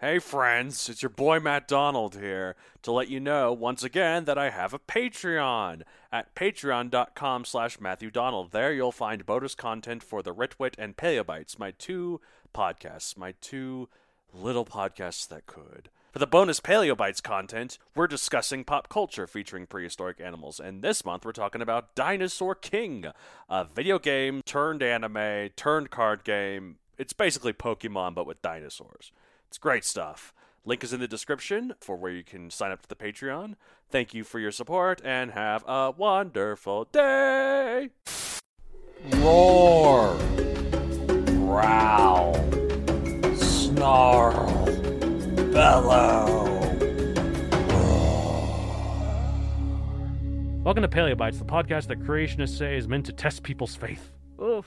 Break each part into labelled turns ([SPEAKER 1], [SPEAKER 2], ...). [SPEAKER 1] Hey friends, it's your boy Matt Donald here to let you know once again that I have a Patreon at patreon.com slash Matthew Donald. There you'll find bonus content for the Ritwit and Paleobites, my two podcasts, my two little podcasts that could. For the bonus Paleobites content, we're discussing pop culture featuring prehistoric animals, and this month we're talking about Dinosaur King, a video game turned anime, turned card game. It's basically Pokemon but with dinosaurs. It's great stuff. Link is in the description for where you can sign up to the Patreon. Thank you for your support and have a wonderful day.
[SPEAKER 2] Roar. Growl. Snarl. Bellow.
[SPEAKER 3] Welcome to Paleobites, the podcast that creationists say is meant to test people's faith. Oof.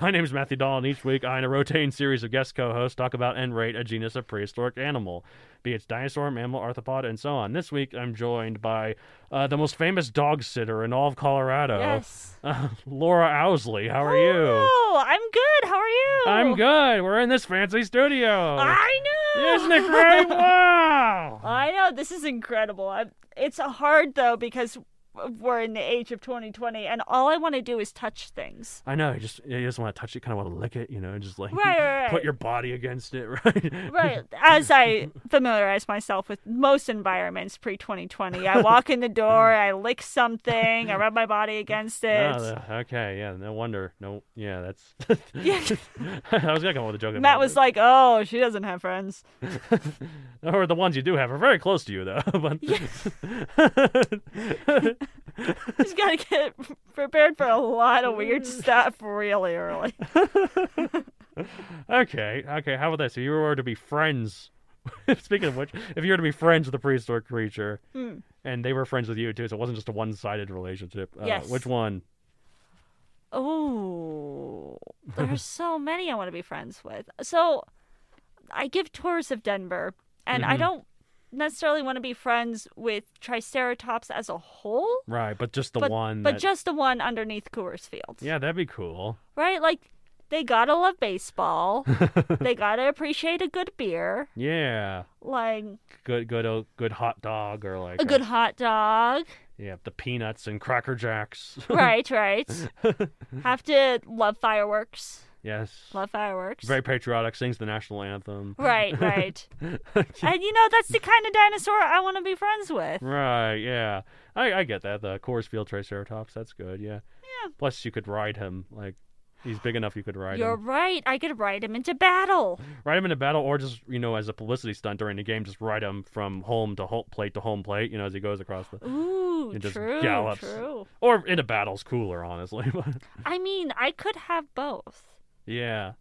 [SPEAKER 3] My name is Matthew Dahl, and each week I and a rotating series of guest co hosts talk about and rate a genus of prehistoric animal, be it dinosaur, mammal, arthropod, and so on. This week I'm joined by uh, the most famous dog sitter in all of Colorado,
[SPEAKER 4] Yes.
[SPEAKER 3] uh, Laura Owsley. How are you?
[SPEAKER 4] Hello, I'm good. How are you?
[SPEAKER 3] I'm good. We're in this fancy studio.
[SPEAKER 4] I know.
[SPEAKER 3] Isn't it great? Wow.
[SPEAKER 4] I know. This is incredible. i it's hard though because we're in the age of 2020, and all I want to do is touch things.
[SPEAKER 3] I know. You just you just want to touch it, kind of want to lick it, you know, just like
[SPEAKER 4] Right, right, right.
[SPEAKER 3] put your body against it, right?
[SPEAKER 4] Right. As I familiarize myself with most environments pre 2020, I walk in the door, I lick something, I rub my body against it.
[SPEAKER 3] Oh, the- okay, yeah, no wonder. No, yeah, that's. I was gonna come up with a joke. about
[SPEAKER 4] Matt was
[SPEAKER 3] it.
[SPEAKER 4] like, "Oh, she doesn't have friends."
[SPEAKER 3] or the ones you do have are very close to you though. But
[SPEAKER 4] She's gotta get prepared for a lot of weird stuff really early.
[SPEAKER 3] okay, okay, how about this? If you were to be friends, speaking of which, if you were to be friends with a prehistoric creature,
[SPEAKER 4] Hmm.
[SPEAKER 3] and they were friends with you too, so it wasn't just a one-sided relationship.
[SPEAKER 4] Yes.
[SPEAKER 3] Uh, which one?
[SPEAKER 4] Oh, there's so many I want to be friends with. So I give tours of Denver, and I don't necessarily want to be friends with Triceratops as a whole.
[SPEAKER 3] Right, but just the
[SPEAKER 4] but,
[SPEAKER 3] one.
[SPEAKER 4] but
[SPEAKER 3] that-
[SPEAKER 4] just the one underneath Coors Field.
[SPEAKER 3] Mm, Yeah, that'd be cool.
[SPEAKER 4] Right? Like, they gotta love baseball. they gotta appreciate a good beer,
[SPEAKER 3] Yeah,
[SPEAKER 4] like
[SPEAKER 3] good, good, old- good hot dog or like
[SPEAKER 4] a good hot dog.
[SPEAKER 3] Yeah, the peanuts and cracker jacks.
[SPEAKER 4] right, right. Have to love fireworks.
[SPEAKER 3] yes.
[SPEAKER 4] Love fireworks.
[SPEAKER 3] Very patriotic, sings the national anthem.
[SPEAKER 4] Right, right. and you know, that's the kind of dinosaur I want to be friends with.
[SPEAKER 3] Right, yeah. I, I get that. The Coors Field Triceratops, that's good, yeah. Yeah. Plus, you could ride him. Like, he's big enough you could ride
[SPEAKER 4] You're
[SPEAKER 3] him.
[SPEAKER 4] right. I could ride him into battle.
[SPEAKER 3] Ride him in a battle, or just, you know, as a publicity stunt during the game, just ride him from home to home plate to home plate, you know, as he goes across the.
[SPEAKER 4] Ooh,
[SPEAKER 3] It just
[SPEAKER 4] true,
[SPEAKER 3] gallops.
[SPEAKER 4] true.
[SPEAKER 3] Or in a battle's cooler, honestly. but-
[SPEAKER 4] I mean, I could have both.
[SPEAKER 3] yeah.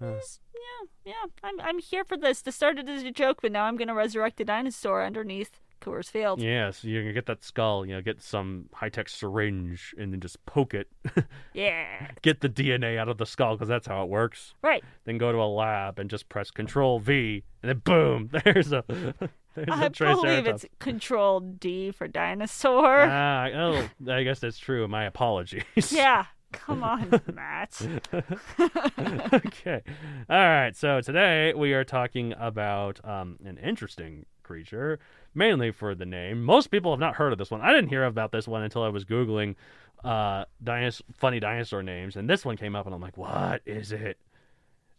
[SPEAKER 4] Just- Yeah, yeah. I'm, I'm here for this. This started as a joke, but now I'm going to resurrect the dinosaur underneath Coors Field.
[SPEAKER 3] Yeah, so you can get that skull, you know, get some high tech syringe and then just poke it.
[SPEAKER 4] Yeah.
[SPEAKER 3] get the DNA out of the skull, because that's how it works.
[SPEAKER 4] Right.
[SPEAKER 3] then go to a lab and just press Control V, and then boom, there's a there's a
[SPEAKER 4] I believe
[SPEAKER 3] Triceratops.
[SPEAKER 4] it's Control D for dinosaur.
[SPEAKER 3] Ah, oh, I guess that's true. My apologies.
[SPEAKER 4] yeah. Come on, Matt.
[SPEAKER 3] okay. All right. So today we are talking about um, an interesting creature, mainly for the name. Most people have not heard of this one. I didn't hear about this one until I was googling uh, dinos- funny dinosaur names, and this one came up, and I'm like, what is it?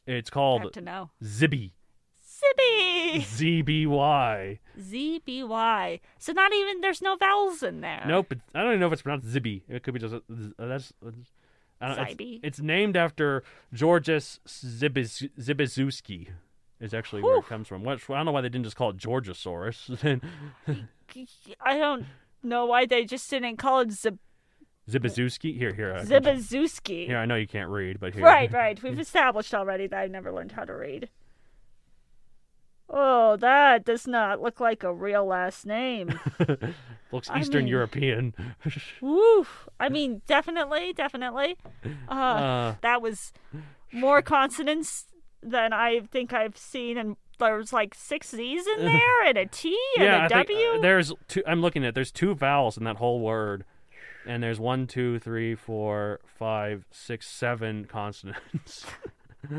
[SPEAKER 3] It's
[SPEAKER 4] Have
[SPEAKER 3] called
[SPEAKER 4] to know.
[SPEAKER 3] Zibby.
[SPEAKER 4] Zibby!
[SPEAKER 3] Z B Y.
[SPEAKER 4] Z B Y. So not even there's no vowels in there.
[SPEAKER 3] Nope. It's, I don't even know if it's pronounced Zibby. It could be just a, z- uh, that's. uh, I don't, it's,
[SPEAKER 4] Zibby.
[SPEAKER 3] it's named after Georges Zibiz, Zibizuski. Is actually where it
[SPEAKER 4] Whew.
[SPEAKER 3] comes from. Which, I don't know why they didn't just call it Georgosaurus.
[SPEAKER 4] I don't know why they just didn't call it Zib-
[SPEAKER 3] Zibizuski. Here, here. I-
[SPEAKER 4] Zibizuski.
[SPEAKER 3] Here, I know you can't read, but here.
[SPEAKER 4] Right, right. We've established already that I've never learned how to read. Oh, that does not look like a real last name.
[SPEAKER 3] Looks
[SPEAKER 4] I
[SPEAKER 3] Eastern
[SPEAKER 4] mean-
[SPEAKER 3] European.
[SPEAKER 4] Woof. I mean, definitely, definitely. Uh,
[SPEAKER 3] Uh.
[SPEAKER 4] that was more consonants than I think I've seen, and there was like six Z's in there, and a T, and
[SPEAKER 3] yeah,
[SPEAKER 4] a
[SPEAKER 3] I think, uh,
[SPEAKER 4] W.
[SPEAKER 3] there's two. I'm looking at. There's two vowels in that whole word, and there's one, two, three, four, five, six, seven consonants.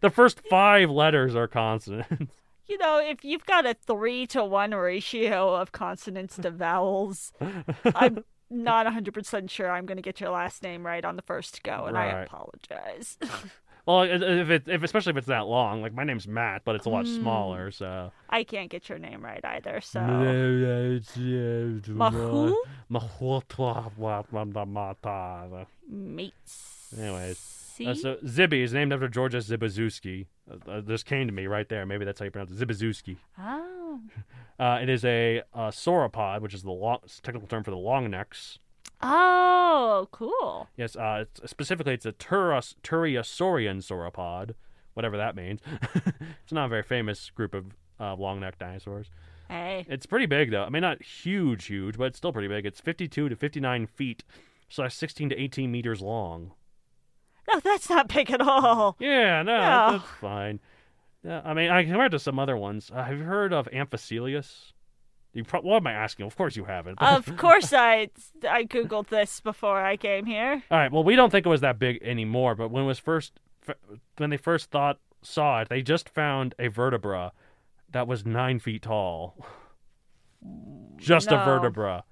[SPEAKER 3] the first five letters are consonants.
[SPEAKER 4] You know, if you've got a three to one ratio of consonants to vowels, I'm not 100% sure I'm going to get your last name right on the first go, and I
[SPEAKER 3] Right.
[SPEAKER 4] apologize.
[SPEAKER 3] Well, i- if it, if especially if it's that long, like my name's Matt, but it's a lot smaller. So
[SPEAKER 4] I can't get your name right either, Mm. so.
[SPEAKER 3] Mahu?
[SPEAKER 4] Mahu? Mates.
[SPEAKER 3] Anyways,
[SPEAKER 4] See?
[SPEAKER 3] Uh, so Zibby is named after Georgia Zibizuski. Uh, uh, this came to me right there. Maybe that's how you pronounce it, Zibizuski.
[SPEAKER 4] Oh.
[SPEAKER 3] Uh, it is a uh, sauropod, which is the long, technical term for the long necks.
[SPEAKER 4] Oh, cool.
[SPEAKER 3] Yes, uh, it's, specifically, it's a Turas, Turiosaurian sauropod, whatever that means. it's not a very famous group of uh, long necked dinosaurs.
[SPEAKER 4] Hey.
[SPEAKER 3] It's pretty big, though. I mean, not huge, huge, but it's still pretty big. It's 52 to 59 feet, slash 16 to 18 meters long.
[SPEAKER 4] No, that's not big at all.
[SPEAKER 3] Yeah, no,
[SPEAKER 4] No.
[SPEAKER 3] that's fine. Yeah, I mean, I compared to some other ones. Uh, have you heard of Amphicelius? You pro- what am I asking? Of course you haven't.
[SPEAKER 4] of course, I I googled this before I came here.
[SPEAKER 3] All right. Well, we don't think it was that big anymore, but when it was first f- when they first thought saw it, they just found a vertebra that was nine feet tall. Just a
[SPEAKER 4] No.
[SPEAKER 3] vertebra,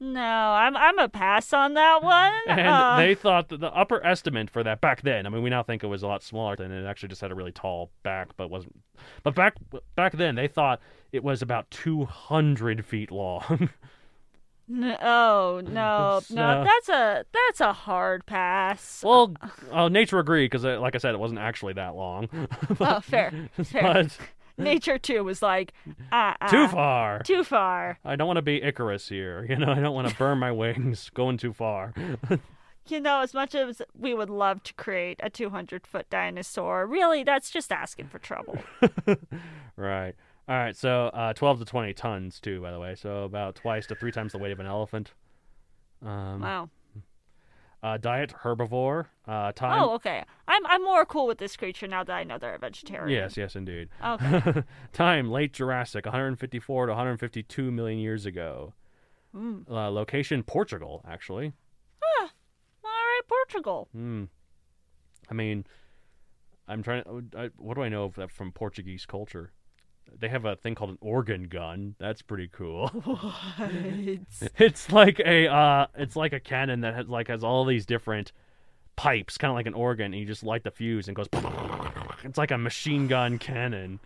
[SPEAKER 4] No, I'm I'm a pass on that one.
[SPEAKER 3] and
[SPEAKER 4] Uh,
[SPEAKER 3] they thought that the upper estimate for that back then. I mean, we now think it was a lot smaller than it actually just had a really tall back, but wasn't. But back back then, they thought it was about two hundred feet long.
[SPEAKER 4] N- oh no,
[SPEAKER 3] So-
[SPEAKER 4] no, that's a that's a hard pass.
[SPEAKER 3] well, uh, nature agreed because, like I said, it wasn't actually that long.
[SPEAKER 4] oh, fair, fair.
[SPEAKER 3] but
[SPEAKER 4] Nature too was like, ah, ah,
[SPEAKER 3] too far.
[SPEAKER 4] too far.
[SPEAKER 3] I don't want to be Icarus here. You know, I don't want to burn my wings going too far.
[SPEAKER 4] You know, as much as we would love to create a 200 foot dinosaur, really, that's just asking for trouble.
[SPEAKER 3] right. All right. So uh, 12 to 20 tons, too, by the way. So about twice to three times the weight of an elephant. Um,
[SPEAKER 4] Wow.
[SPEAKER 3] uh, diet herbivore. Uh, time.
[SPEAKER 4] Oh, okay. I'm I'm more cool with this creature now that I know they're a vegetarian.
[SPEAKER 3] Yes, yes, indeed.
[SPEAKER 4] Okay.
[SPEAKER 3] time late Jurassic, 154 to 152 million years ago.
[SPEAKER 4] Hmm.
[SPEAKER 3] Uh, location Portugal, actually.
[SPEAKER 4] All right, Portugal.
[SPEAKER 3] Hmm. I mean, I'm trying to. I, what do I know of that from Portuguese culture? They have a thing called an organ gun. That's pretty cool. it's like a uh, it's like a cannon that has like has all these different pipes, kind of like an organ, and you just light the fuse and it goes. It's like a machine gun cannon.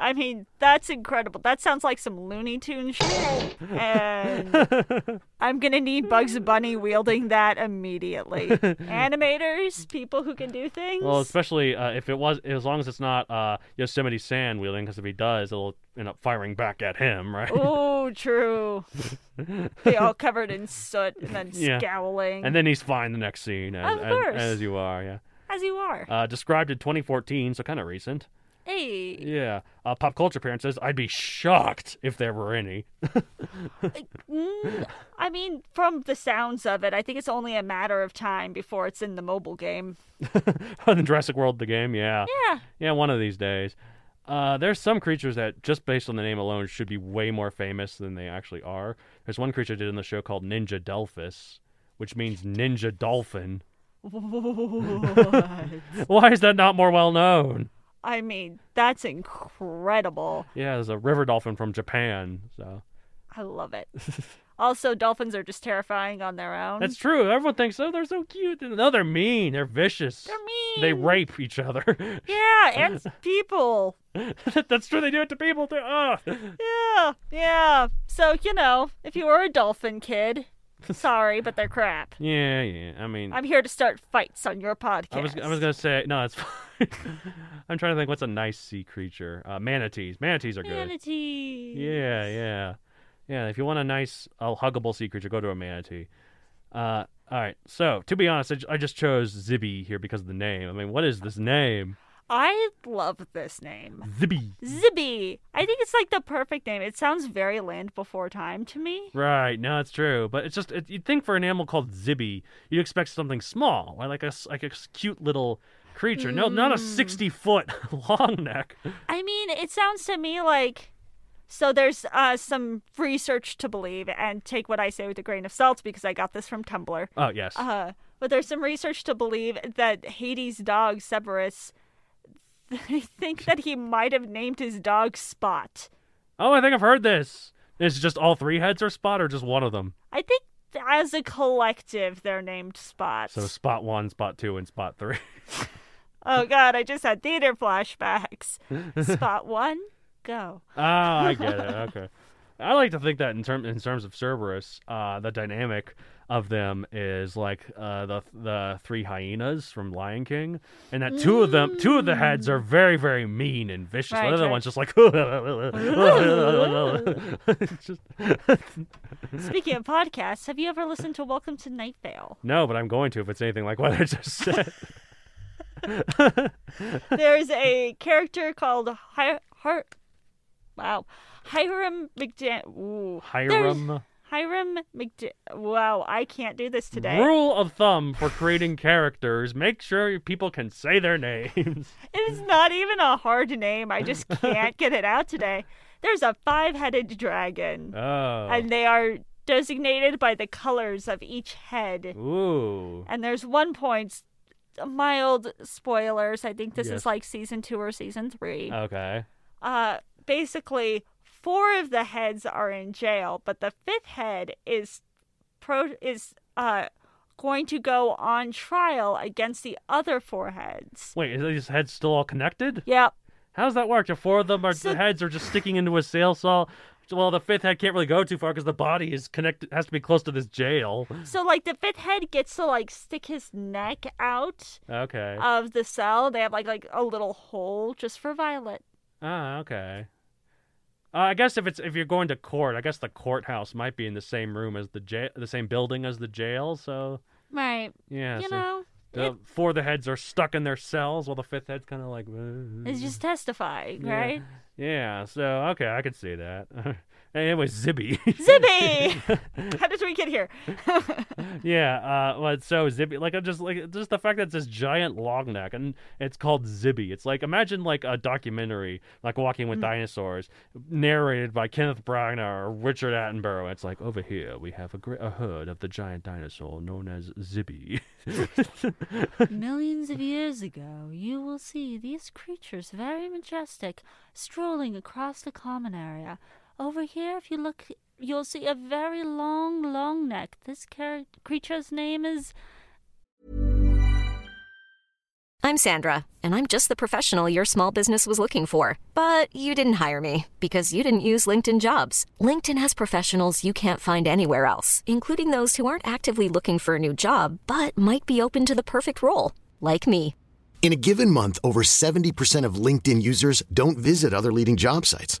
[SPEAKER 4] I mean, that's incredible. That sounds like some Looney Tune shit. And I'm gonna need Bugs Bunny wielding that immediately. Animators, people who can do things.
[SPEAKER 3] Well, especially uh, if it was, as long as it's not uh, Yosemite Sam wielding, because if he does, it'll end up firing back at him, right?
[SPEAKER 4] oh, true. they all covered in soot and then
[SPEAKER 3] Yeah.
[SPEAKER 4] scowling,
[SPEAKER 3] And then he's fine the next scene, as,
[SPEAKER 4] Of
[SPEAKER 3] as-
[SPEAKER 4] course.
[SPEAKER 3] as you are, yeah.
[SPEAKER 4] as you are.
[SPEAKER 3] Uh, described in 2014, so kind of recent.
[SPEAKER 4] hey,
[SPEAKER 3] Yeah. Uh, pop culture parent says, I'd be shocked if there were any.
[SPEAKER 4] mm, I mean, from the sounds of it, I think it's only a matter of time before it's in the mobile game.
[SPEAKER 3] In Jurassic World, the game, yeah.
[SPEAKER 4] Yeah.
[SPEAKER 3] Yeah, one of these days. Uh, there's some creatures that, just based on the name alone, should be way more famous than they actually are. There's one creature I did in the show called Ninja Delphus, which means ninja dolphin. Why is that not more well known?
[SPEAKER 4] I mean, that's incredible.
[SPEAKER 3] Yeah, there's a river dolphin from Japan, so.
[SPEAKER 4] I love it. also, dolphins are just terrifying on their own.
[SPEAKER 3] That's true. Everyone thinks, oh, they're so cute. No, they're mean. They're vicious.
[SPEAKER 4] They're mean.
[SPEAKER 3] They rape each other.
[SPEAKER 4] yeah, and people.
[SPEAKER 3] That's true. They do it to people too. Ugh.
[SPEAKER 4] Yeah, yeah. So, you know, if you were a dolphin kid, sorry, but they're crap.
[SPEAKER 3] Yeah, yeah. I mean,
[SPEAKER 4] I'm here to start fights on your podcast.
[SPEAKER 3] I was I was gonna say no. That's fine. I'm trying to think. What's a nice sea creature? Uh, manatees. Manatees are good.
[SPEAKER 4] Manatee.
[SPEAKER 3] Yeah, yeah, yeah. If you want a nice, uh, huggable sea creature, go to a manatee. Uh, all right. So to be honest, I, ju- I just chose Zibby here because of the name. I mean, what is this name?
[SPEAKER 4] I love this name.
[SPEAKER 3] Zibby.
[SPEAKER 4] Zibby. I think it's like the perfect name. It sounds very land before time to me.
[SPEAKER 3] Right. No, it's true. But it's just it, you'd think for an animal called Zibby, you'd expect something small, or like a s- like a s- cute little creature. No, not a sixty foot long neck.
[SPEAKER 4] I mean, it sounds to me like so there's uh, some research to believe and take what I say with a grain of salt because I got this from Tumblr.
[SPEAKER 3] Oh yes.
[SPEAKER 4] Uh, but there's some research to believe that Hades' dog Severus. They think that he might have named his dog Spot.
[SPEAKER 3] Oh, I think I've heard this. Is it just all three heads are spot or just one of them?
[SPEAKER 4] I think as a collective, they're named Spot.
[SPEAKER 3] So spot one, spot two, and spot three.
[SPEAKER 4] Oh God, I just had theater flashbacks. Spot one, go.
[SPEAKER 3] oh, I get it. Okay. I like to think that in term in terms of Cerberus, uh, the dynamic of them is like uh, the the three hyenas from Lion King, and that two of them, two of the heads are very very mean and vicious.
[SPEAKER 4] Right,
[SPEAKER 3] the other
[SPEAKER 4] right.
[SPEAKER 3] one's just like, It's just-
[SPEAKER 4] Speaking of podcasts, have you ever listened to Welcome to Night Vale?
[SPEAKER 3] no, but I'm going to if it's anything like what I just said.
[SPEAKER 4] There's a character called Hi- Har- Wow, Hiram McDan. Ooh, There's-
[SPEAKER 3] Hiram.
[SPEAKER 4] Hiram McD. Wow, I can't do this today.
[SPEAKER 3] Rule of thumb for creating characters: make sure people can say their names.
[SPEAKER 4] It is not even a hard name. I just can't get it out today. There's a five-headed dragon,
[SPEAKER 3] Oh,
[SPEAKER 4] and they are designated by the colors of each head.
[SPEAKER 3] ooh,
[SPEAKER 4] And there's one point, mild spoilers. I think this
[SPEAKER 3] Yes. Oh,
[SPEAKER 4] is like season two or season three.
[SPEAKER 3] okay.
[SPEAKER 4] Uh, basically, four of the heads are in jail, but the fifth head is pro is uh going to go on trial against the other four heads.
[SPEAKER 3] Wait, is these heads still all connected?
[SPEAKER 4] Yep.
[SPEAKER 3] How's that work? If four of them are
[SPEAKER 4] So-
[SPEAKER 3] the heads are just sticking into a sail saw, well, the fifth head can't really go too far because the body is connected, has to be close to this jail.
[SPEAKER 4] So like the fifth head gets to like stick his neck out
[SPEAKER 3] Okay.
[SPEAKER 4] of the cell. They have like like a little hole just for Violet.
[SPEAKER 3] Ah, okay. Uh, I guess if it's if you're going to court, I guess the courthouse might be in the same room as the jail, the same building as the jail. So
[SPEAKER 4] Right.
[SPEAKER 3] yeah,
[SPEAKER 4] you
[SPEAKER 3] so
[SPEAKER 4] know.
[SPEAKER 3] the
[SPEAKER 4] it-
[SPEAKER 3] four of the heads are stuck in their cells while the fifth head's kind of like. "Uh,
[SPEAKER 4] it's just testifying,
[SPEAKER 3] Yeah.
[SPEAKER 4] right?
[SPEAKER 3] Yeah, so okay, I can see that. anyway, Zibby.
[SPEAKER 4] Zibby! How did we get here?
[SPEAKER 3] yeah, uh well, so Zibby like I just like just the fact that it's this giant long neck and it's called Zibby. It's like imagine like a documentary like Walking
[SPEAKER 4] Mm.
[SPEAKER 3] with Dinosaurs narrated by Kenneth Branagh or Richard Attenborough. It's like over here we have a, gr- a herd of the giant dinosaur known as Zibby.
[SPEAKER 4] Millions of years ago, you will see these creatures very majestic strolling across the common area. Over here, if you look, you'll see a very long, long neck. This car- creature's name is.
[SPEAKER 2] I'm Sandra, and I'm just the professional your small business was looking for. But you didn't hire me because you didn't use LinkedIn jobs. LinkedIn has professionals you can't find anywhere else, including those who aren't actively looking for a new job but might be open to the perfect role, like me.
[SPEAKER 5] In a given month, over 70% of LinkedIn users don't visit other leading job sites.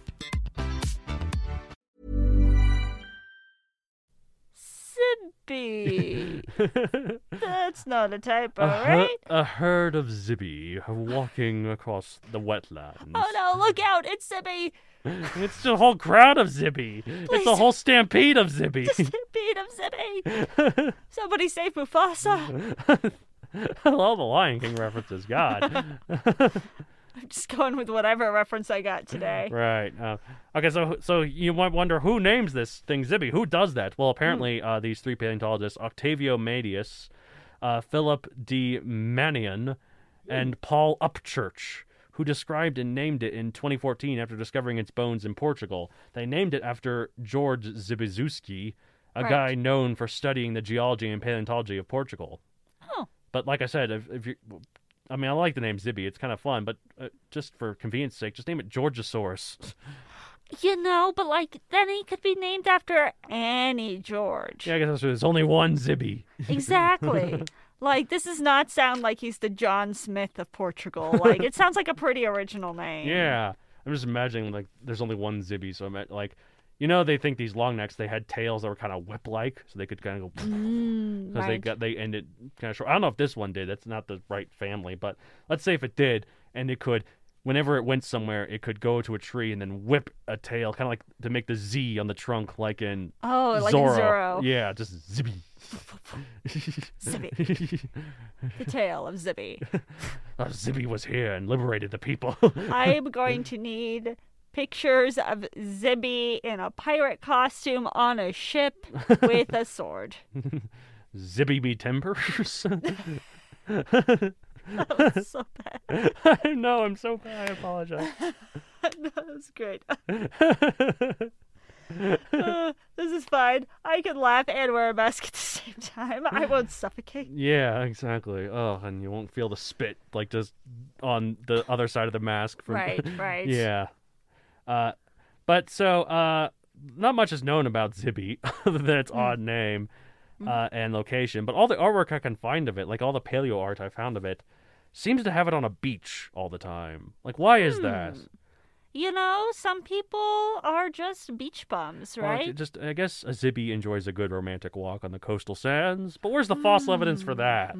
[SPEAKER 4] Zib- Zippy. That's not a typo,
[SPEAKER 3] A, her-
[SPEAKER 4] right?
[SPEAKER 3] a herd of zibby walking across the wetlands.
[SPEAKER 4] Oh no! Look out! It's Zippy.
[SPEAKER 3] It's a whole crowd of zibby. It's a
[SPEAKER 4] Please.
[SPEAKER 3] whole stampede of zibby.
[SPEAKER 4] Beat him, Zippy. Somebody save Mufasa.
[SPEAKER 3] I love the Lion King references. God.
[SPEAKER 4] I'm just going with whatever reference I got today.
[SPEAKER 3] Right. Uh, okay, so so you might wonder who names this thing Zibby? Who does that? Well, apparently
[SPEAKER 4] Hmm.
[SPEAKER 3] uh, these three paleontologists, Octavio Madius, uh, Philip D. Mannion, and Paul Upchurch, who described and named it in 2014 after discovering its bones in Portugal. They named it after George Zibiszewski, a
[SPEAKER 4] Right.
[SPEAKER 3] guy known for studying the geology and paleontology of Portugal.
[SPEAKER 4] Oh.
[SPEAKER 3] But like I said, if, if you, I mean, I like the name Zibby. It's kind of fun, but uh, just for convenience' sake, just name it Georgosaurus.
[SPEAKER 4] You know, but like then he could be named after Annie George.
[SPEAKER 3] yeah, I guess that's true. There's only one Zibby.
[SPEAKER 4] Exactly. like this does not sound like he's the John Smith of Portugal. Like it sounds like a pretty original name.
[SPEAKER 3] Yeah, I'm just imagining like there's only one Zibby, so I'm at, like, you know, they think these long necks they had tails that were kind of whip-like, so they could kind of go
[SPEAKER 4] Mm,
[SPEAKER 3] because they
[SPEAKER 4] right.
[SPEAKER 3] got they ended kind of short. I don't know if this one did. That's not the right family, but let's say if it did, and it could. Whenever it went somewhere, it could go to a tree and then whip a tail, kind of like to make the Z on the trunk, like in
[SPEAKER 4] Oh, like in
[SPEAKER 3] Zorro.
[SPEAKER 4] Zorro.
[SPEAKER 3] Yeah, just zippy.
[SPEAKER 4] Zippy. The tale of Zippy.
[SPEAKER 3] Uh, Zippy was here and liberated the people.
[SPEAKER 4] I'm going to need pictures of Zibby in a pirate costume on a ship with a sword.
[SPEAKER 3] Zippy me timbers.
[SPEAKER 4] That was so bad.
[SPEAKER 3] I know, I'm so bad. I apologize.
[SPEAKER 4] no, that was great. Uh, this is fine. I can laugh and wear a mask at the same time. I won't suffocate.
[SPEAKER 3] yeah, exactly. Oh, and you won't feel the spit like just on the other side of the mask. From...
[SPEAKER 4] Right, right.
[SPEAKER 3] Yeah. Uh, but so uh, not much is known about Zibby other than
[SPEAKER 4] Hmm.
[SPEAKER 3] its odd name uh, and location. But all the artwork I can find of it, like all the paleo art I found of it, seems to have it on a beach all the time. Like, why is
[SPEAKER 4] Hmm.
[SPEAKER 3] that?
[SPEAKER 4] You know, some people are just beach bums,
[SPEAKER 3] Well,
[SPEAKER 4] right?
[SPEAKER 3] it just I guess a Zibby enjoys a good romantic walk on the coastal sands. But where's the fossil evidence for that?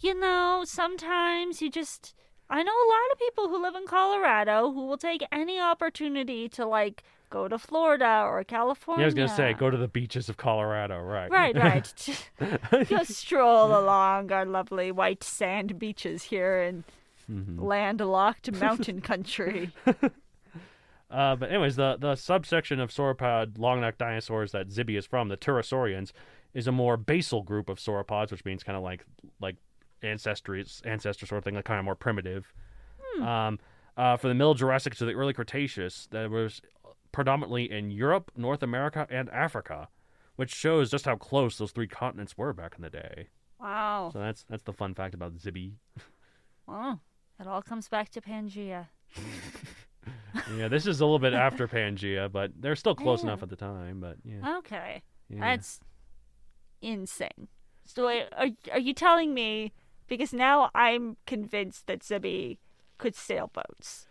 [SPEAKER 4] you know, sometimes you just. I know a lot of people who live in Colorado who will take any opportunity to, like, go to Florida or
[SPEAKER 3] Oh,
[SPEAKER 4] California.
[SPEAKER 3] Yeah, I was gonna say, go to the beaches of Colorado, right?
[SPEAKER 4] Right, right. Just stroll along our lovely white sand beaches here in
[SPEAKER 3] Mm-hmm.
[SPEAKER 4] landlocked mountain country.
[SPEAKER 3] Uh, but anyways, the the subsection of sauropod long-necked dinosaurs that Zibby is from, the Pterosaurians, is a more basal group of sauropods, which means kind of like like ancestry ancestor sort of thing, like kind of more primitive. Um, uh, from the Middle Jurassic to the early Cretaceous, that was predominantly in Europe, North America, and Africa, which shows just how close those three continents were back in the day.
[SPEAKER 4] Wow.
[SPEAKER 3] So that's that's the fun fact about Zibby.
[SPEAKER 4] Wow. It all comes back to Pangea.
[SPEAKER 3] yeah, this is a little bit after Pangea, but they're still close
[SPEAKER 4] Yeah.
[SPEAKER 3] enough at the time. But yeah.
[SPEAKER 4] Okay.
[SPEAKER 3] Yeah.
[SPEAKER 4] That's insane. So, wait, are, are you telling me? Because now I'm convinced that Zibby could sailboats.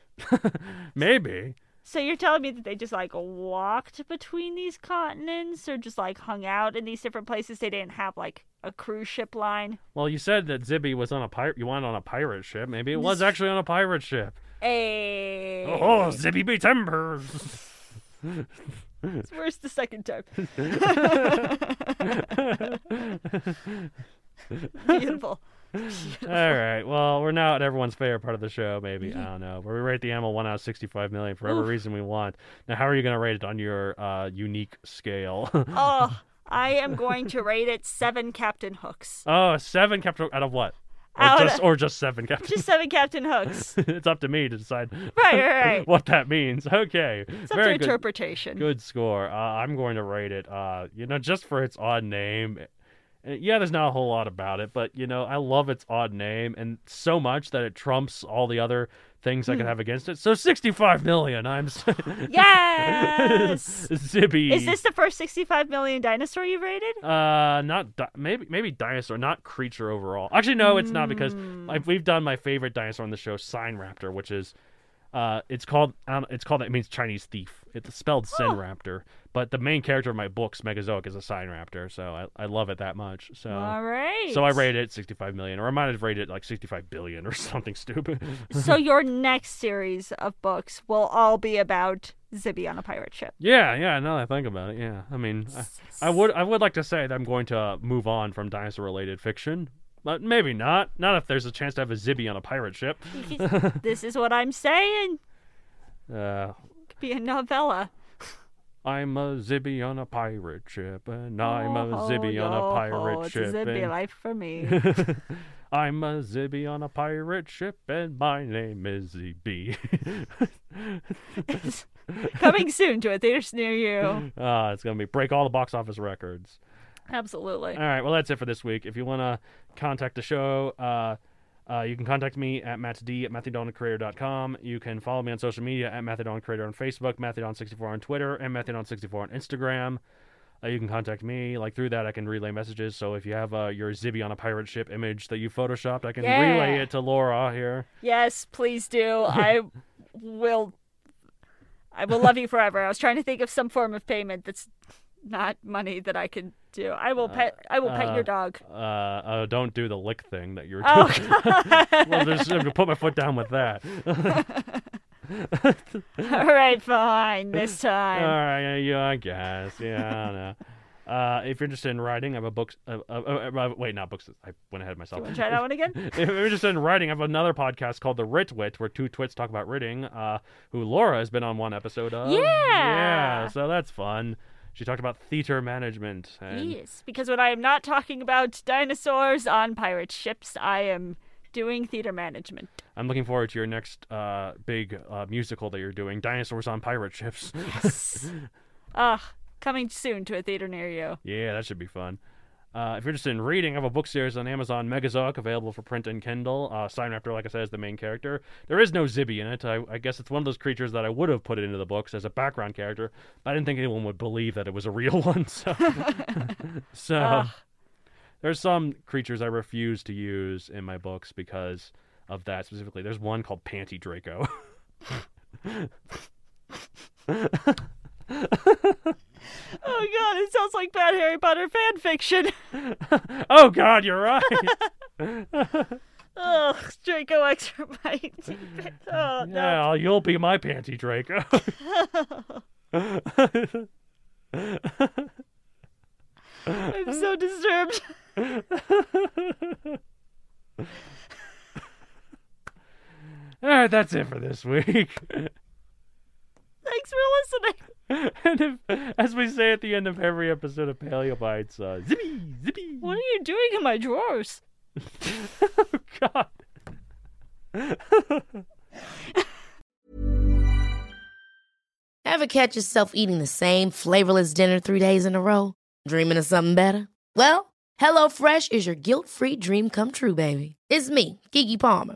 [SPEAKER 3] Maybe.
[SPEAKER 4] So you're telling me that they just like walked between these continents or just like hung out in these different places? They didn't have like a cruise ship line.
[SPEAKER 3] Well, you said that Zibby was on a pirate. You went on a pirate ship. Maybe it was actually on a pirate ship.
[SPEAKER 4] Hey,
[SPEAKER 3] Oh, oh Zibby be timbers.
[SPEAKER 4] it's worse the second time. Beautiful.
[SPEAKER 3] All right. Well, we're now at everyone's favorite part of the show. Maybe
[SPEAKER 4] Mm-hmm.
[SPEAKER 3] I don't know. Where we rate the animal one out of sixty-five million for every reason we want. Now, how are you going to rate it on your uh, unique scale?
[SPEAKER 4] Oh, I am going to rate it seven Captain Hooks.
[SPEAKER 3] oh, seven Captain out of what? Or
[SPEAKER 4] Out
[SPEAKER 3] just
[SPEAKER 4] of-
[SPEAKER 3] or just seven Captain.
[SPEAKER 4] Just seven Captain Hooks.
[SPEAKER 3] it's up to me to decide
[SPEAKER 4] Right, right, right.
[SPEAKER 3] what that means. Okay.
[SPEAKER 4] It's up to
[SPEAKER 3] Very good.
[SPEAKER 4] interpretation.
[SPEAKER 3] Good score. Uh, I'm going to rate it. Uh, you know, just for its odd name. Uh, Yeah, there's not a whole lot about it, but you know, I love its odd name and so much that it trumps all the other things I
[SPEAKER 4] Hmm.
[SPEAKER 3] could have against it. So 65 million. I'm s-
[SPEAKER 4] Yes.
[SPEAKER 3] Zibby.
[SPEAKER 4] Is this the first 65 million dinosaur you rated?
[SPEAKER 3] Uh, not di- maybe maybe dinosaur, not creature
[SPEAKER 4] Hmm.
[SPEAKER 3] overall. Actually, no, it's not because i we've done my favorite dinosaur on the show, Sign Raptor, which is Uh, it's called um, it's called it means Chinese thief. It's spelled Sin Raptor, but the main character of my books, Megazoic, is a Sign Raptor, so I, I love it that much. So
[SPEAKER 4] All right.
[SPEAKER 3] Uh, so I rated it 65 million, or I might have rated it like 65 billion or something stupid.
[SPEAKER 4] So your next series of books will all be about Zibby on a pirate ship.
[SPEAKER 3] yeah, yeah. Now that I think about it, yeah. I mean, I, I would I would like to say that I'm going to uh, move on from dinosaur related fiction, but maybe not. Not if there's a chance to have a Zibby on a pirate ship.
[SPEAKER 4] this is what I'm saying.
[SPEAKER 3] Uh,
[SPEAKER 4] Could be a novella.
[SPEAKER 3] I'm a Zibby on a pirate ship, and I'm a Zibby on a pirate
[SPEAKER 4] Oh, it's
[SPEAKER 3] ship. eh?
[SPEAKER 4] a Zibby
[SPEAKER 3] and-
[SPEAKER 4] life for me.
[SPEAKER 3] I'm a Zibby on a pirate ship, and my name is Zibby.
[SPEAKER 4] Coming soon to a theater near you.
[SPEAKER 3] Ah, it's gonna be break all the box office records.
[SPEAKER 4] Absolutely.
[SPEAKER 3] All right, well that's it for this week. If you wanna contact the show, uh, uh, you can contact me at mattsd at matthewdoncreator.com. You can follow me on social media at matthewdoncreator on Facebook, matthewdon64 on Twitter, and matthewdon64 on Instagram. Uh, you can contact me like through that. I can relay messages. So if you have uh, your Zibby on a pirate ship image that you photoshopped, I can relay
[SPEAKER 4] Yeah.
[SPEAKER 3] it to Laura here.
[SPEAKER 4] Yes, please do. I will. I will love you forever. I was trying to think of some form of payment that's not money that I could do. I will pet. I will pet
[SPEAKER 3] uh,
[SPEAKER 4] your dog.
[SPEAKER 3] uh, uh, don't do the lick thing that you're
[SPEAKER 4] Oh,
[SPEAKER 3] doing. well, there's, I'm gonna put my foot down with that.
[SPEAKER 4] All right, fine. This
[SPEAKER 3] uh. All
[SPEAKER 4] time.
[SPEAKER 3] right, yeah, I guess. Yeah, I don't know. Uh, if you're interested in writing, I have a book. Uh, uh, uh, uh, wait, not books. I went ahead of myself.
[SPEAKER 4] you want to try that one again?
[SPEAKER 3] if you're interested in writing, I have another podcast called The Writ Wit, where two twits talk about writing. Uh, who Laura has been on one episode of.
[SPEAKER 4] Yeah.
[SPEAKER 3] Yeah, so that's fun. She talked about theater management. And
[SPEAKER 4] Yes, because when I am not talking about dinosaurs on pirate ships, I am doing theater management.
[SPEAKER 3] I'm looking forward to your next uh, big uh, musical that you're doing, Dinosaurs on Pirate Ships.
[SPEAKER 4] Ugh, coming soon to a theater near you.
[SPEAKER 3] Yeah, that should be fun. Uh, if you're interested in reading, I have a book series on Amazon, Megazoic, available for print and Kindle. Uh, Sign Raptor, like I said, is the main character. There is no Zibby in it. I, I guess it's one of those creatures that I would have put it into the books as a background character, but I didn't think anyone would believe that it was a real one. So, so there's some creatures I refuse to use in my books because of that specifically. There's one called Panty Draco.
[SPEAKER 4] Oh god, it sounds like bad Harry Potter fan fiction.
[SPEAKER 3] oh God, you're right.
[SPEAKER 4] Ugh, Draco extra bite. oh no.
[SPEAKER 3] Yeah, you'll be my Panty Draco.
[SPEAKER 4] I'm so disturbed.
[SPEAKER 3] All right, that's it for this week.
[SPEAKER 4] Thanks for listening.
[SPEAKER 3] and if, as we say at the end of every episode of Paleo Bites, uh, zippy, zippy.
[SPEAKER 4] What are you doing in my drawers?
[SPEAKER 3] Oh, God.
[SPEAKER 6] Ever catch yourself eating the same flavorless dinner three days in a row? Dreaming of something better? Well, HelloFresh is your guilt free dream come true, baby. It's me, Gigi Palmer.